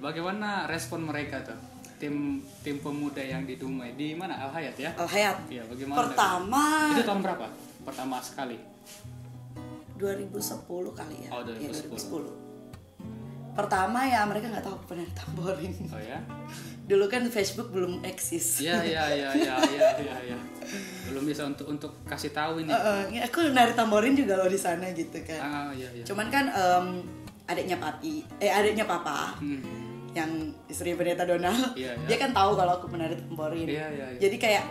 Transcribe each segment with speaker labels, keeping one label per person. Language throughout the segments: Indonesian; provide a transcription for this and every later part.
Speaker 1: bagaimana respon mereka tuh tim tim pemuda yang di Dumai di mana Al Hayat ya?
Speaker 2: Al Oh, Hayat.
Speaker 1: Iya bagaimana?
Speaker 2: Pertama
Speaker 1: Itu tahun berapa? Pertama sekali.
Speaker 2: 2010 kali ya.
Speaker 1: Oh, 2010.
Speaker 2: Iya, 2010. Pertama ya mereka nggak tahu pernah tamborin.
Speaker 1: Oh ya?
Speaker 2: Dulu kan Facebook belum eksis.
Speaker 1: Iya iya iya iya iya iya. Ya. Belum bisa untuk untuk kasih tahu ini.
Speaker 2: Eh, eh, ya, aku nari tamborin juga loh di sana gitu kan.
Speaker 1: Ah iya iya.
Speaker 2: Cuman kan em, adiknya papi, eh adiknya papa
Speaker 1: Hmm.
Speaker 2: yang istri pendeta Donald,
Speaker 1: Iya, iya.
Speaker 2: dia kan tahu kalau aku penari tamborin.
Speaker 1: Iya, iya, iya.
Speaker 2: Jadi kayak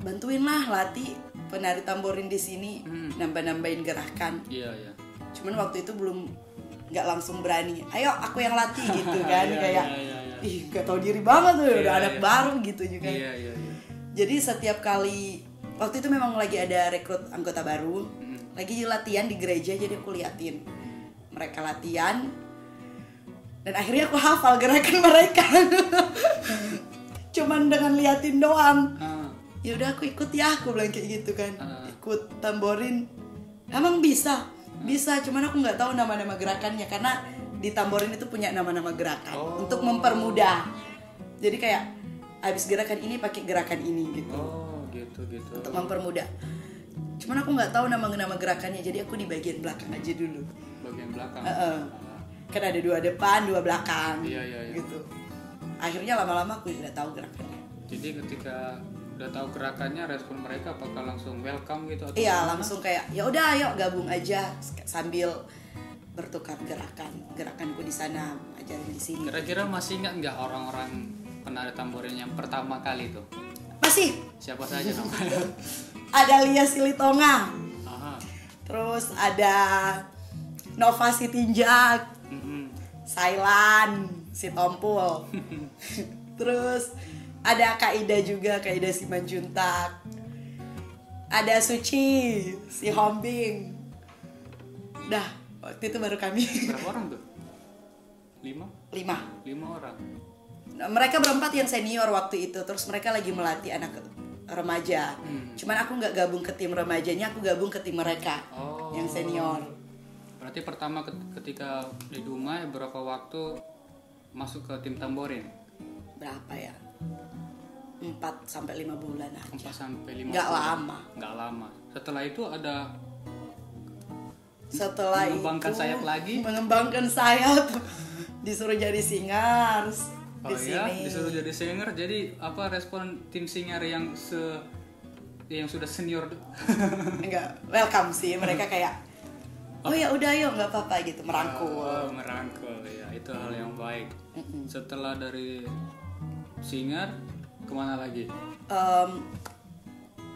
Speaker 2: bantuin lah latih penari tamborin di sini,
Speaker 1: Hmm.
Speaker 2: nambah-nambahin gerakan.
Speaker 1: Iya iya.
Speaker 2: cuman waktu itu belum nggak langsung berani ayo aku yang latih gitu kan
Speaker 1: Iya,
Speaker 2: kayak
Speaker 1: iya, iya, iya.
Speaker 2: ih gak tau diri banget tuh
Speaker 1: Iya,
Speaker 2: udah anak
Speaker 1: iya.
Speaker 2: baru gitu juga
Speaker 1: Iya iya iya.
Speaker 2: jadi setiap kali waktu itu memang lagi ada rekrut anggota baru
Speaker 1: Mm.
Speaker 2: lagi latihan di gereja jadi aku liatin mereka latihan dan akhirnya aku hafal gerakan mereka cuman dengan liatin doang
Speaker 1: Ah.
Speaker 2: ya udah aku ikut ya aku bilang kayak gitu kan
Speaker 1: Ah.
Speaker 2: ikut tamborin emang bisa bisa cuman aku nggak tahu nama-nama gerakannya karena di tamborin itu punya nama-nama gerakan
Speaker 1: Oh.
Speaker 2: untuk mempermudah jadi kayak abis gerakan ini pakai gerakan ini gitu
Speaker 1: Oh gitu gitu.
Speaker 2: untuk mempermudah cuman aku nggak tahu nama-nama gerakannya jadi aku di bagian belakang aja dulu
Speaker 1: Bagian belakang. Ah.
Speaker 2: Heeh. kan ada dua depan dua belakang
Speaker 1: Iya, iya, iya.
Speaker 2: gitu akhirnya lama-lama aku udah tahu gerakannya
Speaker 1: Jadi ketika udah tahu gerakannya respon mereka apakah langsung welcome gitu atau
Speaker 2: Iya langsung kayak ya udah ayo gabung aja sambil bertukar gerakan gerakanku di sana ajarin di sini
Speaker 1: kira-kira masih ingat nggak orang-orang penari tamborin yang pertama kali itu
Speaker 2: masih
Speaker 1: siapa saja namanya
Speaker 2: ada Lia Silitonga
Speaker 1: Aha.
Speaker 2: terus ada Nova Sitinjak
Speaker 1: Mhm.
Speaker 2: Sailan si Tompul terus ada Kak Ida juga Kak Ida Simanjuntak ada Suci si Hombing dah waktu itu baru kami
Speaker 1: berapa orang tuh lima
Speaker 2: lima
Speaker 1: lima orang
Speaker 2: Nah, mereka berempat yang senior waktu itu terus mereka lagi melatih anak remaja
Speaker 1: Hmm.
Speaker 2: cuman aku nggak gabung ke tim remajanya aku gabung ke tim mereka
Speaker 1: Oh.
Speaker 2: yang senior
Speaker 1: berarti pertama ket- ketika di Dumai berapa waktu masuk ke tim tamborin
Speaker 2: berapa ya 4 sampai lima bulan aja.
Speaker 1: 4 sampai lima
Speaker 2: nggak
Speaker 1: bulan.
Speaker 2: lama
Speaker 1: nggak lama setelah itu ada
Speaker 2: setelah
Speaker 1: Mengembangkan
Speaker 2: itu,
Speaker 1: sayap lagi?
Speaker 2: mengembangkan sayap disuruh jadi singers
Speaker 1: Oh
Speaker 2: di
Speaker 1: iya,
Speaker 2: sini
Speaker 1: disuruh jadi singer. Jadi apa respon tim singer yang se yang sudah senior?
Speaker 2: enggak welcome sih mereka kayak oh ya udah yuk nggak apa-apa gitu merangkul
Speaker 1: Oh, merangkul ya, itu hal yang baik. Setelah dari singer, kemana lagi?
Speaker 2: Em,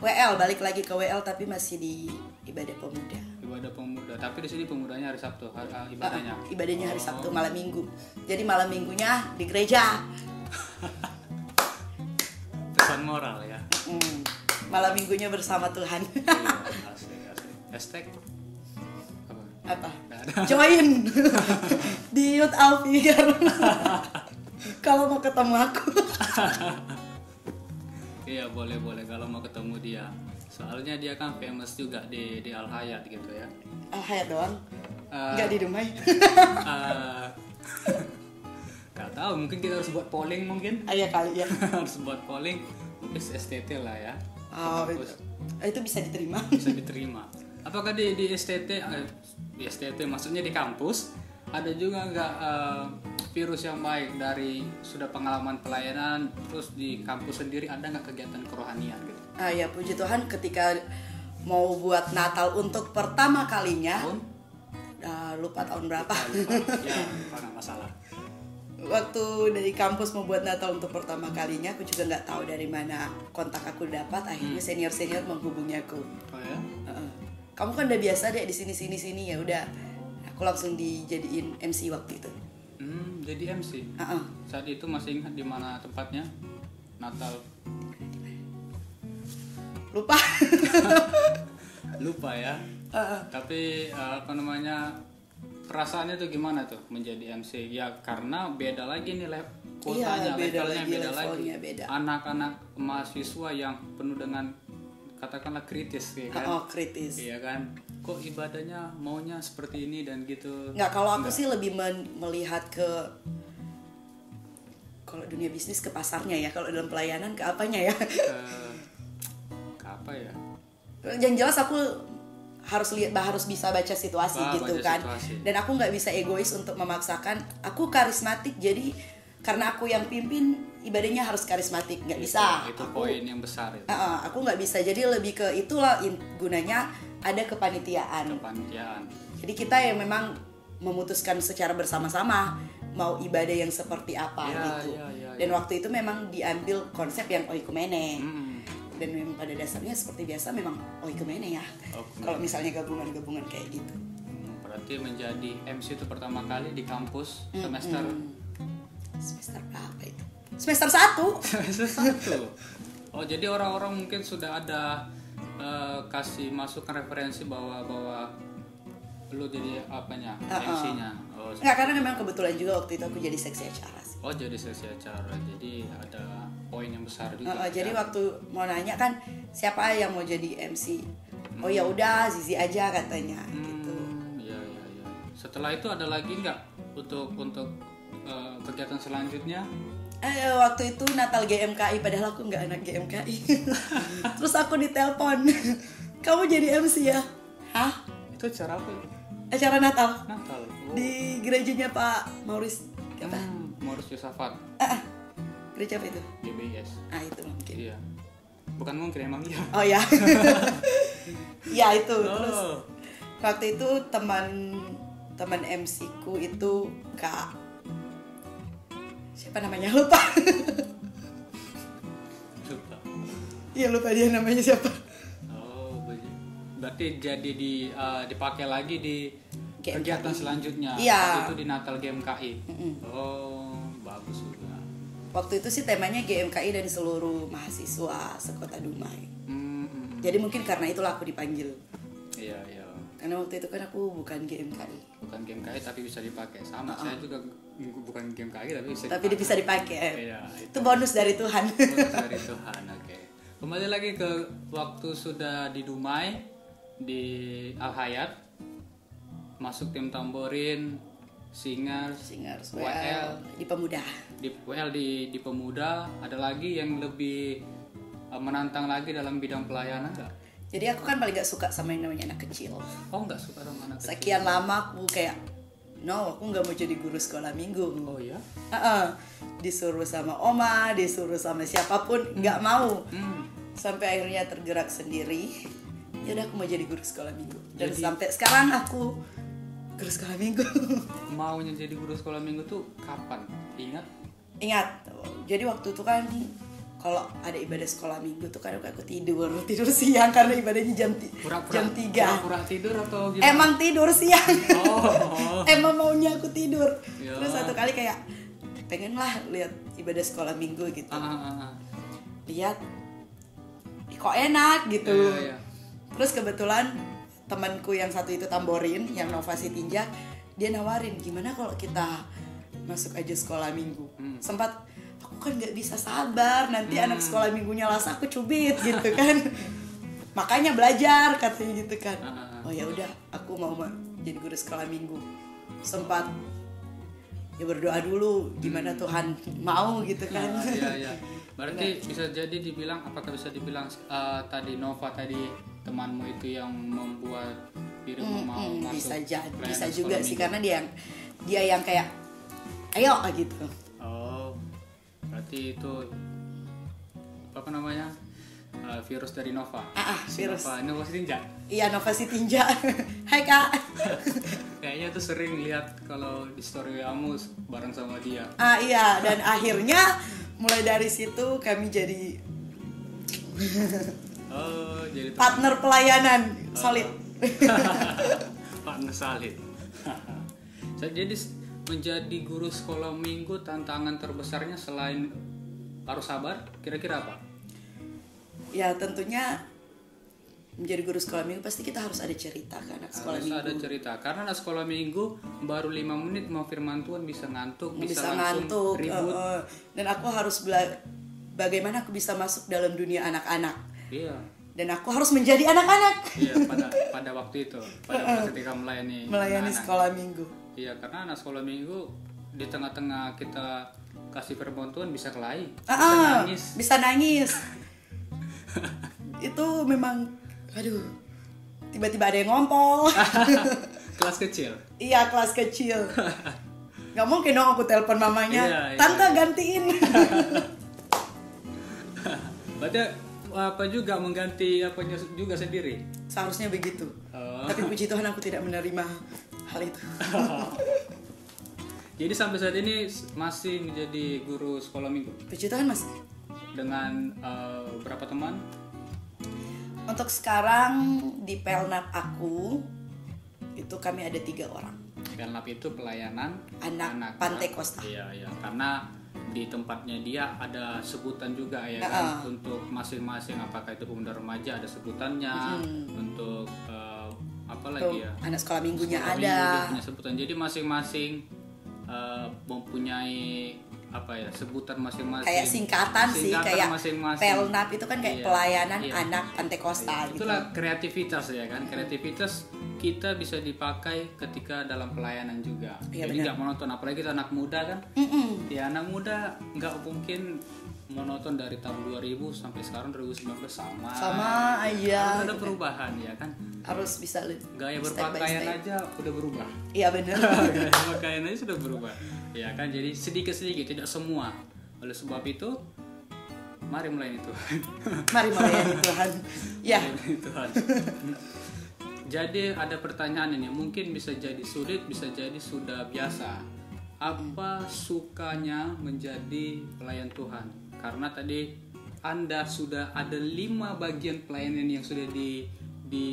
Speaker 2: WL balik lagi ke WL tapi masih di ibadah pemuda.
Speaker 1: Ibadah pemuda. Tapi di sini pemudanya hari Sabtu, hari, ah, ibadahnya. Oh.
Speaker 2: Ah, ibadahnya hari Sabtu malam Minggu. Jadi malam Minggunya di gereja.
Speaker 1: Pesan moral ya.
Speaker 2: Mm, Malam Minggunya bersama Tuhan.
Speaker 1: Iya, asik, asik. Hashtag apa?
Speaker 2: Apa?
Speaker 1: Nggak ada.
Speaker 2: Join di Youth Alfigar. Kalau mau ketemu aku.
Speaker 1: Iya boleh boleh kalau mau ketemu dia. Soalnya dia kan famous juga di di Al Hayat gitu ya.
Speaker 2: Ah, ya doang.
Speaker 1: Eh,
Speaker 2: Enggak di Dumai.
Speaker 1: Ah. Gak tahu, mungkin kita harus buat polling mungkin
Speaker 2: Ayah kali ya.
Speaker 1: harus buat polling mungkin STT lah ya
Speaker 2: Oh, itu, itu bisa diterima.
Speaker 1: bisa diterima. Apakah di di STT eh, di STT maksudnya di kampus ada juga nggak eh, virus yang baik dari sudah pengalaman pelayanan terus di kampus sendiri ada nggak kegiatan kerohanian gitu?
Speaker 2: Ah ya puji Tuhan ketika mau buat Natal untuk pertama kalinya
Speaker 1: Tahun?
Speaker 2: Ah, lupa tahun berapa
Speaker 1: Ah, lupa. ya, apa nggak masalah.
Speaker 2: waktu dari kampus mau buat Natal untuk pertama kalinya aku juga nggak tahu dari mana kontak aku dapat akhirnya senior senior menghubungi aku
Speaker 1: Oh ya?
Speaker 2: Heeh. kamu kan udah biasa deh di sini sini sini ya udah aku langsung dijadiin MC waktu itu
Speaker 1: Hmm, jadi MC.
Speaker 2: Heeh.
Speaker 1: Saat itu masih ingat di mana tempatnya? Natal
Speaker 2: lupa
Speaker 1: lupa ya.
Speaker 2: Heeh.
Speaker 1: Tapi eh, apa namanya perasaannya tuh gimana tuh menjadi MC? Ya karena beda lagi nih level kuotanya,
Speaker 2: Iya, beda
Speaker 1: levelnya
Speaker 2: lagi,
Speaker 1: beda lagi.
Speaker 2: levelnya beda.
Speaker 1: Anak-anak mahasiswa yang penuh dengan katakanlah kritis ya kan?
Speaker 2: oh kritis
Speaker 1: Iya kan? Kok ibadahnya maunya seperti ini dan gitu?
Speaker 2: nggak kalau aku sih lebih men- melihat ke kalau dunia bisnis ke pasarnya ya kalau dalam pelayanan ke apanya ya
Speaker 1: ke, ke Eh, apa ya
Speaker 2: yang jelas aku harus lihat bah- harus bisa baca situasi
Speaker 1: Bah, baca
Speaker 2: gitu kan
Speaker 1: situasi.
Speaker 2: dan aku nggak bisa egois untuk memaksakan aku karismatik jadi karena aku yang pimpin ibadahnya harus karismatik nggak bisa
Speaker 1: itu, itu
Speaker 2: aku
Speaker 1: poin yang besar itu
Speaker 2: Ah, ah, aku nggak bisa jadi lebih ke itulah in- gunanya ada kepanitiaan
Speaker 1: kepanitiaan
Speaker 2: jadi kita yang memang memutuskan secara bersama-sama mau ibadah yang seperti apa
Speaker 1: Ya,
Speaker 2: gitu
Speaker 1: ya, ya,
Speaker 2: dan waktu itu memang diambil konsep yang oikumene
Speaker 1: Hmm.
Speaker 2: dan memang pada dasarnya seperti biasa memang oh gimana ya
Speaker 1: Oikumene.
Speaker 2: kalau misalnya gabungan-gabungan kayak gitu
Speaker 1: Hmm, berarti menjadi MC itu pertama kali di kampus semester
Speaker 2: semester berapa itu semester satu
Speaker 1: semester
Speaker 2: Gitu.
Speaker 1: satu oh jadi orang-orang mungkin sudah ada eh, kasih masukan referensi bahwa bahwa lu jadi apanya
Speaker 2: Ah,
Speaker 1: MC-nya oh,
Speaker 2: nggak karena memang kebetulan juga waktu itu aku jadi seksi acara sih.
Speaker 1: oh jadi sesi acara jadi ada poin yang besar
Speaker 2: Oh,
Speaker 1: juga
Speaker 2: oh, jadi
Speaker 1: ya.
Speaker 2: waktu mau nanya kan siapa yang mau jadi MC oh ya udah Zizi aja katanya gitu
Speaker 1: Hmm, ya, ya, ya. Setelah itu ada lagi nggak untuk untuk eh, kegiatan selanjutnya?
Speaker 2: Eh, waktu itu Natal GMKI padahal aku nggak anak GMKI terus aku ditelepon kamu jadi MC ya hah
Speaker 1: Itu acara apa? ya?
Speaker 2: acara Natal
Speaker 1: Natal. Oh.
Speaker 2: di gerejanya Pak Maurice apa
Speaker 1: Hmm, Morus Yusafat,
Speaker 2: ah, ah. gereja apa itu
Speaker 1: GBS.
Speaker 2: ah itu mungkin
Speaker 1: Iya. Bukan mungkin emang iya.
Speaker 2: oh ya ya itu terus
Speaker 1: Oh.
Speaker 2: waktu itu teman teman MC ku itu kak siapa namanya lupa
Speaker 1: Lupa.
Speaker 2: iya lupa dia namanya siapa
Speaker 1: Oh, ber- berarti jadi di eh, dipakai lagi di
Speaker 2: GMKI.
Speaker 1: kegiatan selanjutnya.
Speaker 2: Iya.
Speaker 1: Itu di Natal GMKI.
Speaker 2: Mm-mm.
Speaker 1: Oh, bagus juga.
Speaker 2: waktu itu sih temanya GMKI dan seluruh mahasiswa sekota Dumai
Speaker 1: Hmm, hmm.
Speaker 2: jadi mungkin karena itulah aku dipanggil
Speaker 1: Iya, iya.
Speaker 2: karena waktu itu kan aku bukan GMKI
Speaker 1: bukan game KI tapi bisa dipakai sama saya juga bu- bukan game KI tapi bisa
Speaker 2: tapi dia bisa dipakai
Speaker 1: Iya, itu
Speaker 2: itu bonus dari Tuhan
Speaker 1: bonus dari Tuhan oke kembali lagi ke waktu sudah di Dumai di Al Hayat masuk tim tamborin singers
Speaker 2: singers
Speaker 1: WL.
Speaker 2: WL di pemuda
Speaker 1: di WL di di pemuda ada lagi yang lebih eh, menantang lagi dalam bidang pelayanan nggak?
Speaker 2: jadi aku kan paling gak suka sama yang namanya anak kecil
Speaker 1: oh nggak suka sama anak kecil
Speaker 2: sekian lama aku kayak no aku nggak mau jadi guru sekolah minggu
Speaker 1: oh ya
Speaker 2: Heeh. disuruh sama oma disuruh sama siapapun nggak mau
Speaker 1: hmm.
Speaker 2: sampai akhirnya tergerak sendiri Yaudah aku mau jadi guru sekolah minggu dan
Speaker 1: Jadi-
Speaker 2: sampai sekarang aku guru sekolah minggu
Speaker 1: maunya jadi guru sekolah minggu tuh kapan ingat
Speaker 2: ingat jadi waktu itu kan kalau ada ibadah sekolah minggu tuh kadang aku tidur tidur siang karena ibadahnya jam ti-
Speaker 1: pura-pura Oh.
Speaker 2: jam tiga
Speaker 1: pura-pura tidur atau gimana
Speaker 2: emang tidur siang
Speaker 1: Gitu. oh
Speaker 2: emang maunya aku tidur
Speaker 1: Ya.
Speaker 2: terus satu kali kayak pengen lah lihat ibadah sekolah minggu gitu
Speaker 1: Ah, ah, ah, ah.
Speaker 2: lihat "Ih, kok enak gitu
Speaker 1: Iya, iya.
Speaker 2: terus kebetulan temanku yang satu itu tamborin yang novasi tinja dia nawarin gimana kalau kita masuk aja sekolah minggu
Speaker 1: Hmm.
Speaker 2: sempat aku kan nggak bisa sabar nanti anak sekolah minggunya lasa aku cubit gitu kan makanya belajar katanya gitu kan
Speaker 1: Ah,
Speaker 2: oh ya udah aku mau ma- jadi guru sekolah minggu sempat ya berdoa dulu gimana Tuhan mau gitu kan
Speaker 1: Hmm. Ah, iya iya berarti bisa jadi dibilang apakah bisa dibilang eh, tadi Nova tadi temanmu itu yang membuat dirimu mau
Speaker 2: Hmm,
Speaker 1: masuk
Speaker 2: bisa jadi
Speaker 1: pelayanan
Speaker 2: bisa
Speaker 1: sekolah
Speaker 2: juga sih
Speaker 1: minggu?
Speaker 2: karena dia yang dia yang kayak ayo gitu
Speaker 1: oh berarti itu apa namanya Eh, virus dari Nova
Speaker 2: Ah, ah,
Speaker 1: Si
Speaker 2: virus.
Speaker 1: Nova Nova Sinja
Speaker 2: iya novasi tinja hai kak
Speaker 1: kayaknya tuh sering lihat kalau di story kamu bareng sama dia
Speaker 2: ah iya dan akhirnya mulai dari situ kami jadi
Speaker 1: oh jadi teman
Speaker 2: partner pelayanan
Speaker 1: Ah.
Speaker 2: solid
Speaker 1: Pak Nesalin. Saya jadi s- menjadi guru sekolah minggu tantangan terbesarnya selain harus sabar, kira-kira apa?
Speaker 2: ya tentunya menjadi guru sekolah minggu pasti kita harus ada cerita ke anak sekolah
Speaker 1: harus ada
Speaker 2: minggu
Speaker 1: cerita. Karena anak sekolah minggu baru lima menit mau firman Tuhan bisa ngantuk, bisa,
Speaker 2: bisa
Speaker 1: langsung
Speaker 2: ngantuk
Speaker 1: ribut.
Speaker 2: eh, eh. dan aku harus bela bagaimana aku bisa masuk dalam dunia anak-anak
Speaker 1: Iya.
Speaker 2: dan aku harus menjadi anak-anak
Speaker 1: Iya, pada pada waktu itu, pada ketika melayani
Speaker 2: melayani
Speaker 1: anak-anak.
Speaker 2: sekolah minggu
Speaker 1: Iya, karena anak sekolah minggu di tengah-tengah kita kasih perbantuan bisa kelahi
Speaker 2: Ah,
Speaker 1: bisa
Speaker 2: ah,
Speaker 1: nangis
Speaker 2: bisa nangis. itu memang aduh tiba-tiba ada yang ngompol
Speaker 1: kelas kecil
Speaker 2: iya kelas kecil nggak mungkin dong aku telepon mamanya
Speaker 1: Iya, iya.
Speaker 2: tante gantiin
Speaker 1: berarti apa juga mengganti apanya juga sendiri
Speaker 2: seharusnya begitu
Speaker 1: Oh.
Speaker 2: tapi puji Tuhan aku tidak menerima hal itu
Speaker 1: jadi sampai saat ini masih menjadi guru sekolah minggu
Speaker 2: puji Tuhan mas
Speaker 1: dengan eh, berapa teman
Speaker 2: untuk sekarang di pelnat aku itu kami ada tiga orang
Speaker 1: Ikan lap itu pelayanan
Speaker 2: Anak Pantai Kosta.
Speaker 1: Iya, iya. Karena di tempatnya dia ada sebutan juga ya kan untuk masing-masing apakah itu pemuda remaja ada sebutannya untuk eh, apa
Speaker 2: Tuh,
Speaker 1: lagi ya
Speaker 2: anak sekolah minggunya
Speaker 1: Sekolah
Speaker 2: ada
Speaker 1: minggu dia punya sebutan jadi masing-masing eh, mempunyai apa ya sebutan masing-masing
Speaker 2: kayak singkatan, sih
Speaker 1: Singkatan
Speaker 2: kayak
Speaker 1: masing-masing.
Speaker 2: pelnap itu kan kayak
Speaker 1: Iya,
Speaker 2: pelayanan
Speaker 1: iya.
Speaker 2: anak pentekosta gitu
Speaker 1: itulah kreativitas ya kan kreativitas kita bisa dipakai ketika dalam pelayanan juga
Speaker 2: Iya,
Speaker 1: jadi nggak monoton apalagi kita anak muda kan
Speaker 2: Mm-mm.
Speaker 1: ya anak muda nggak mungkin monoton dari tahun 2000 sampai sekarang 2019 sama
Speaker 2: sama
Speaker 1: Ah.
Speaker 2: aja
Speaker 1: Harus ada perubahan ya kan
Speaker 2: harus bisa lebih
Speaker 1: gaya
Speaker 2: step by
Speaker 1: berpakaian
Speaker 2: step.
Speaker 1: aja udah berubah
Speaker 2: iya bener
Speaker 1: gaya berpakaian aja sudah berubah ya kan jadi sedikit sedikit tidak semua oleh sebab itu mari melayani Tuhan
Speaker 2: mari melayani Tuhan ya
Speaker 1: Amin, Tuhan. jadi ada pertanyaan ini mungkin bisa jadi sulit bisa jadi sudah biasa apa sukanya menjadi pelayan Tuhan karena tadi anda sudah ada lima bagian pelayanan yang sudah di di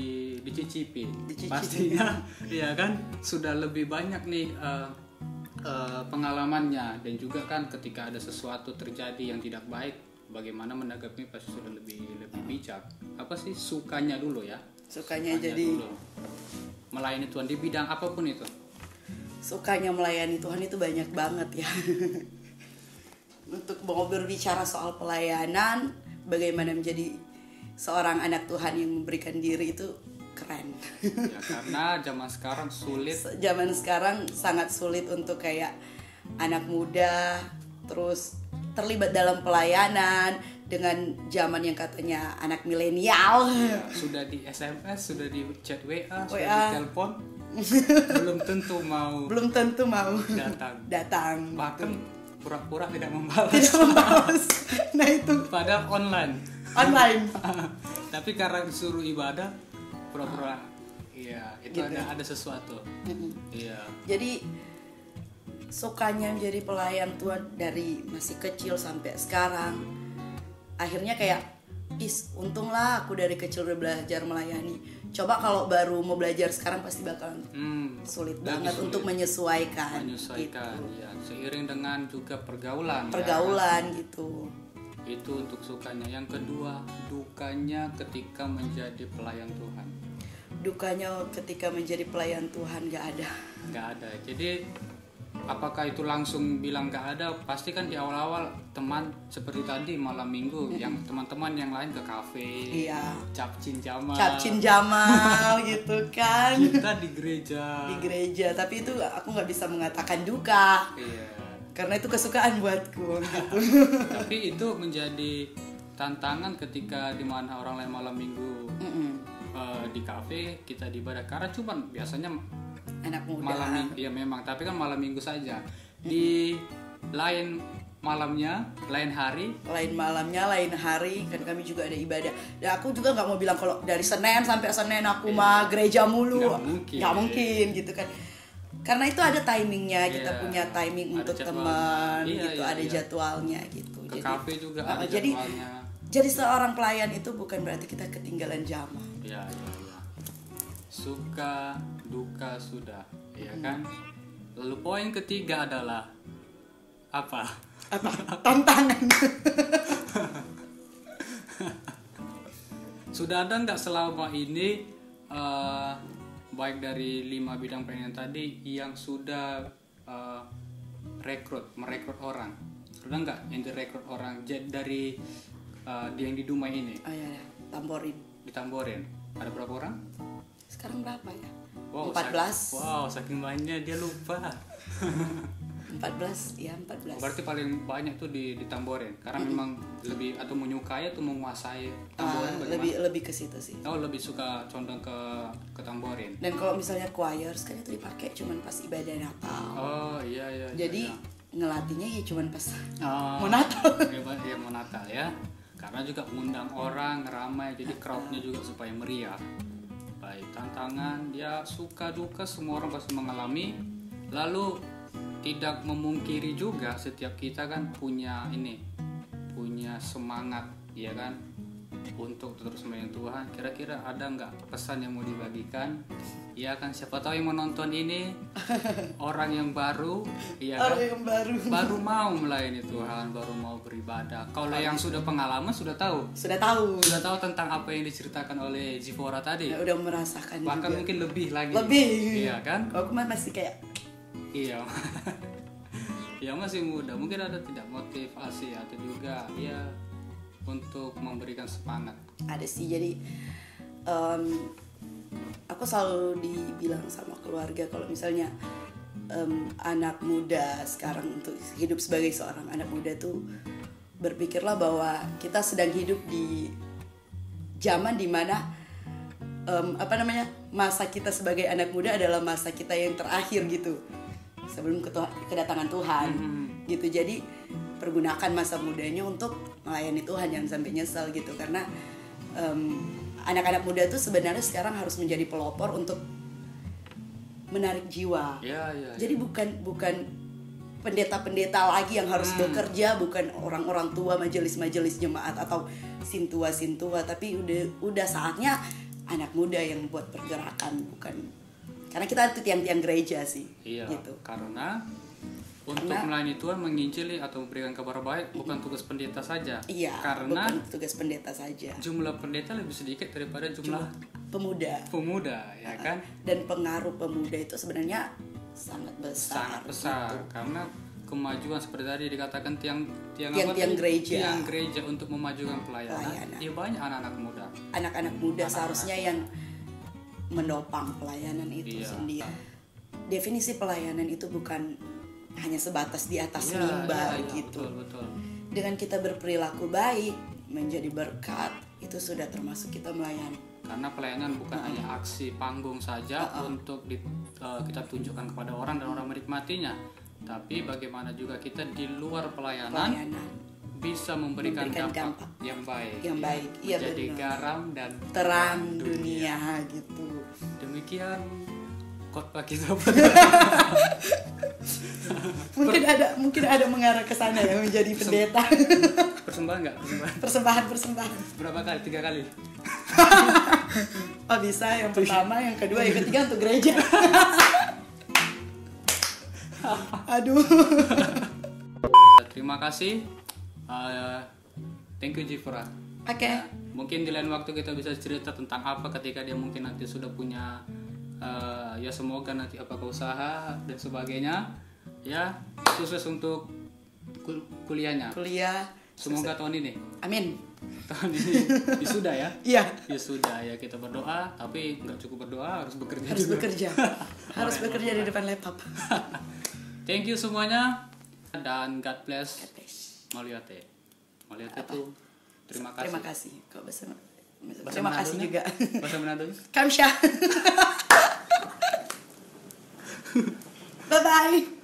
Speaker 1: dicicipi,
Speaker 2: Dicicipi.
Speaker 1: pastinya ya kan sudah lebih banyak nih eh, eh, pengalamannya dan juga kan ketika ada sesuatu terjadi yang tidak baik bagaimana menanggapi pasti sudah lebih lebih bijak apa sih sukanya dulu ya
Speaker 2: sukanya jadi
Speaker 1: dulu. melayani Tuhan di bidang apapun itu
Speaker 2: sukanya melayani Tuhan itu banyak banget ya untuk mau berbicara soal pelayanan bagaimana menjadi seorang anak Tuhan yang memberikan diri itu keren
Speaker 1: ya karena zaman sekarang sulit
Speaker 2: Se- zaman sekarang sangat sulit untuk kayak anak muda terus terlibat dalam pelayanan dengan zaman yang katanya anak milenial
Speaker 1: ya, sudah di SMS sudah di chat WA sudah
Speaker 2: WA.
Speaker 1: di telepon belum tentu mau
Speaker 2: belum tentu mau
Speaker 1: datang
Speaker 2: datang
Speaker 1: bahkan pura-pura tidak membalas
Speaker 2: tidak membalas nah itu
Speaker 1: pada online
Speaker 2: online
Speaker 1: tapi karena disuruh ibadah pura-pura iya itu ada ada sesuatu iya
Speaker 2: jadi sukanya menjadi pelayan Tuhan dari masih kecil sampai sekarang akhirnya kayak is untunglah aku dari kecil udah belajar melayani coba kalau baru mau belajar sekarang pasti bakalan
Speaker 1: hmm,
Speaker 2: sulit
Speaker 1: Lebih
Speaker 2: banget
Speaker 1: sulit.
Speaker 2: untuk menyesuaikan gitu.
Speaker 1: menyesuaikan ya seiring dengan juga pergaulan ya.
Speaker 2: pergaulan gitu
Speaker 1: itu untuk sukanya yang kedua dukanya ketika menjadi pelayan Tuhan
Speaker 2: dukanya ketika menjadi pelayan Tuhan gak ada
Speaker 1: nggak ada jadi apakah itu langsung bilang nggak ada pasti kan di awal-awal teman seperti tadi malam minggu yang teman-teman yang lain ke kafe
Speaker 2: iya
Speaker 1: capcin jamal
Speaker 2: capcin Jamal gitu kan
Speaker 1: kita di gereja
Speaker 2: di gereja tapi itu aku nggak bisa mengatakan duka
Speaker 1: iya
Speaker 2: karena itu kesukaan buatku gitu.
Speaker 1: tapi itu menjadi tantangan ketika dimana orang lain malam minggu
Speaker 2: Mm-mm.
Speaker 1: eh, di kafe kita di ibadah karena cuman biasanya
Speaker 2: anak muda
Speaker 1: malam minggu ya memang tapi kan malam minggu saja di lain malamnya lain hari
Speaker 2: lain malamnya lain hari kan kami juga ada ibadah dan aku juga nggak mau bilang kalau dari senin sampai senin aku mah gereja mulu
Speaker 1: Iya. Nggak mungkin.
Speaker 2: Nggak mungkin, gitu kan karena itu ada timingnya kita
Speaker 1: Iya.
Speaker 2: punya timing
Speaker 1: Ada
Speaker 2: untuk
Speaker 1: jadwal.
Speaker 2: teman
Speaker 1: Iya,
Speaker 2: gitu
Speaker 1: iya,
Speaker 2: ada
Speaker 1: iya.
Speaker 2: jadwalnya gitu
Speaker 1: ke kafe juga
Speaker 2: Uh,
Speaker 1: ada
Speaker 2: jadi
Speaker 1: jadwalnya
Speaker 2: jadi seorang pelayan itu bukan berarti kita ketinggalan zaman
Speaker 1: ya, ya, ya. suka duka sudah ya kan lalu poin ketiga adalah apa
Speaker 2: apa tantangan
Speaker 1: sudah ada nggak selama ini eh, baik dari lima bidang pengen tadi yang sudah eh, rekrut merekrut orang sudah nggak yang direkrut orang Ja- dari eh, dia yang di Dumai ini
Speaker 2: oh ya ya, tamborin
Speaker 1: di Tamborin ada berapa orang?
Speaker 2: sekarang berapa ya
Speaker 1: Wow,
Speaker 2: 14
Speaker 1: sak- wow saking banyaknya dia lupa
Speaker 2: 14 ya 14
Speaker 1: Berarti paling banyak tuh di, di tamborin karena memang lebih atau menyukai atau menguasai tamborin
Speaker 2: Ah,
Speaker 1: bagaimana?
Speaker 2: lebih lebih ke situ sih
Speaker 1: Oh, lebih suka condong ke ke tamborin.
Speaker 2: dan kalau misalnya choirs kan itu dipakai cuman pas ibadah Natal
Speaker 1: Oh, iya iya. iya,
Speaker 2: jadi
Speaker 1: iya.
Speaker 2: ngelatihnya ya cuman pas
Speaker 1: Ah,
Speaker 2: mau Natal
Speaker 1: Iya, Pak, iya, mau Natal ya. Karena juga mengundang orang ramai jadi crowdnya juga supaya meriah. Baik tantangan ya suka duka semua orang pasti mengalami. Lalu tidak memungkiri juga setiap kita kan punya ini punya semangat ya kan untuk terus melayani Tuhan kira-kira ada nggak pesan yang mau dibagikan ya kan siapa tahu yang menonton ini orang yang baru ya kan
Speaker 2: orang yang baru
Speaker 1: baru mau melayani Tuhan, baru mau beribadah. Kalau yang sudah pengalaman sudah tahu,
Speaker 2: sudah tahu
Speaker 1: sudah tahu tentang apa yang diceritakan oleh Jivora tadi.
Speaker 2: Ya, udah merasakan
Speaker 1: Bahkan
Speaker 2: juga
Speaker 1: mungkin lebih lagi.
Speaker 2: lebih
Speaker 1: Iya kan?
Speaker 2: kalau aku mah masih kayak
Speaker 1: Iya. ya masih muda, mungkin ada tidak motivasi atau juga ya untuk memberikan semangat.
Speaker 2: ada sih jadi em, aku selalu dibilang sama keluarga kalau misalnya em, anak muda sekarang untuk hidup sebagai seorang anak muda tuh berpikirlah bahwa kita sedang hidup di zaman dimana em, apa namanya masa kita sebagai anak muda adalah masa kita yang terakhir gitu sebelum ketua- kedatangan Tuhan gitu jadi pergunakan masa mudanya untuk melayani Tuhan jangan sampai nyesel gitu karena em, anak-anak muda tuh sebenarnya sekarang harus menjadi pelopor untuk menarik jiwa
Speaker 1: Ya, ya. ya.
Speaker 2: jadi bukan bukan pendeta-pendeta lagi yang harus
Speaker 1: Hmm.
Speaker 2: bekerja, bukan orang-orang tua majelis-majelis jemaat atau sintua-sintua, tapi udah udah saatnya anak muda yang buat pergerakan, bukan karena kita itu tiang-tiang gereja sih,
Speaker 1: Iya,
Speaker 2: gitu. Nah.
Speaker 1: karena untuk
Speaker 2: Karena-
Speaker 1: melayani Tuhan menginjili atau memberikan kabar baik bukan tugas pendeta saja.
Speaker 2: Iya,
Speaker 1: Karena
Speaker 2: bukan tugas pendeta saja,
Speaker 1: jumlah pendeta lebih sedikit daripada jumlah
Speaker 2: pemuda
Speaker 1: pemuda, ya
Speaker 2: Ah,
Speaker 1: kan?
Speaker 2: dan pengaruh pemuda itu sebenarnya sangat besar.
Speaker 1: sangat besar karena kemajuan seperti tadi dikatakan tiang tiang apa
Speaker 2: Tiang-tiang
Speaker 1: tadi?
Speaker 2: gereja.
Speaker 1: tiang gereja untuk memajukan pelayanan,
Speaker 2: Pelayanan.
Speaker 1: ya banyak anak-anak muda
Speaker 2: anak-anak muda seharusnya yang menopang pelayanan itu
Speaker 1: Iya.
Speaker 2: sendiri. Definisi pelayanan itu bukan hanya sebatas di atas
Speaker 1: Iya,
Speaker 2: mimbar
Speaker 1: iya, iya,
Speaker 2: gitu.
Speaker 1: betul betul
Speaker 2: Dengan kita berperilaku baik, menjadi berkat, itu sudah termasuk kita melayani.
Speaker 1: karena pelayanan bukan hanya
Speaker 2: Ah,
Speaker 1: aksi panggung saja untuk di- eh, kita tunjukkan kepada orang dan orang menikmatinya tapi bagaimana juga kita di luar pelayanan
Speaker 2: Pelayanan
Speaker 1: bisa memberikan,
Speaker 2: Memberikan
Speaker 1: dampak,
Speaker 2: dampak.
Speaker 1: yang baik ya.
Speaker 2: yang baik, iya
Speaker 1: menjadi
Speaker 2: benar.
Speaker 1: garam dan
Speaker 2: Terang dunia gitu.
Speaker 1: demikian khotbah kita pada Nah,
Speaker 2: Mungkin ada mungkin ada mengarah ke sana ya menjadi pendeta.
Speaker 1: persembahan nggak persembahan
Speaker 2: Persembahan-persembahan.
Speaker 1: berapa kali tiga kali
Speaker 2: Oh bisa yang pertama, yang kedua, yang ketiga untuk gereja. Aduh.
Speaker 1: terima kasih Uh, thank you Jifra
Speaker 2: Oke.
Speaker 1: mungkin di lain waktu kita bisa cerita tentang apa ketika dia mungkin nanti sudah punya uh, ya semoga nanti apa usaha dan sebagainya ya sukses untuk kul- kuliahnya
Speaker 2: Kuliah.
Speaker 1: semoga tahun ini
Speaker 2: Amin.
Speaker 1: tahun ini wisuda ya
Speaker 2: Iya.
Speaker 1: wisuda ya kita berdoa tapi nggak cukup berdoa harus bekerja
Speaker 2: Harus
Speaker 1: juga.
Speaker 2: bekerja. Harus bekerja di depan laptop.
Speaker 1: thank you semuanya dan God bless
Speaker 2: Terima
Speaker 1: Maliate. Maliate tuh terima kasih.
Speaker 2: kasih. Kok bahasa,
Speaker 1: Bahasa
Speaker 2: terima kasih
Speaker 1: Manado-nya?
Speaker 2: juga.
Speaker 1: Bahasa Manado.
Speaker 2: Kamsha. Bye bye.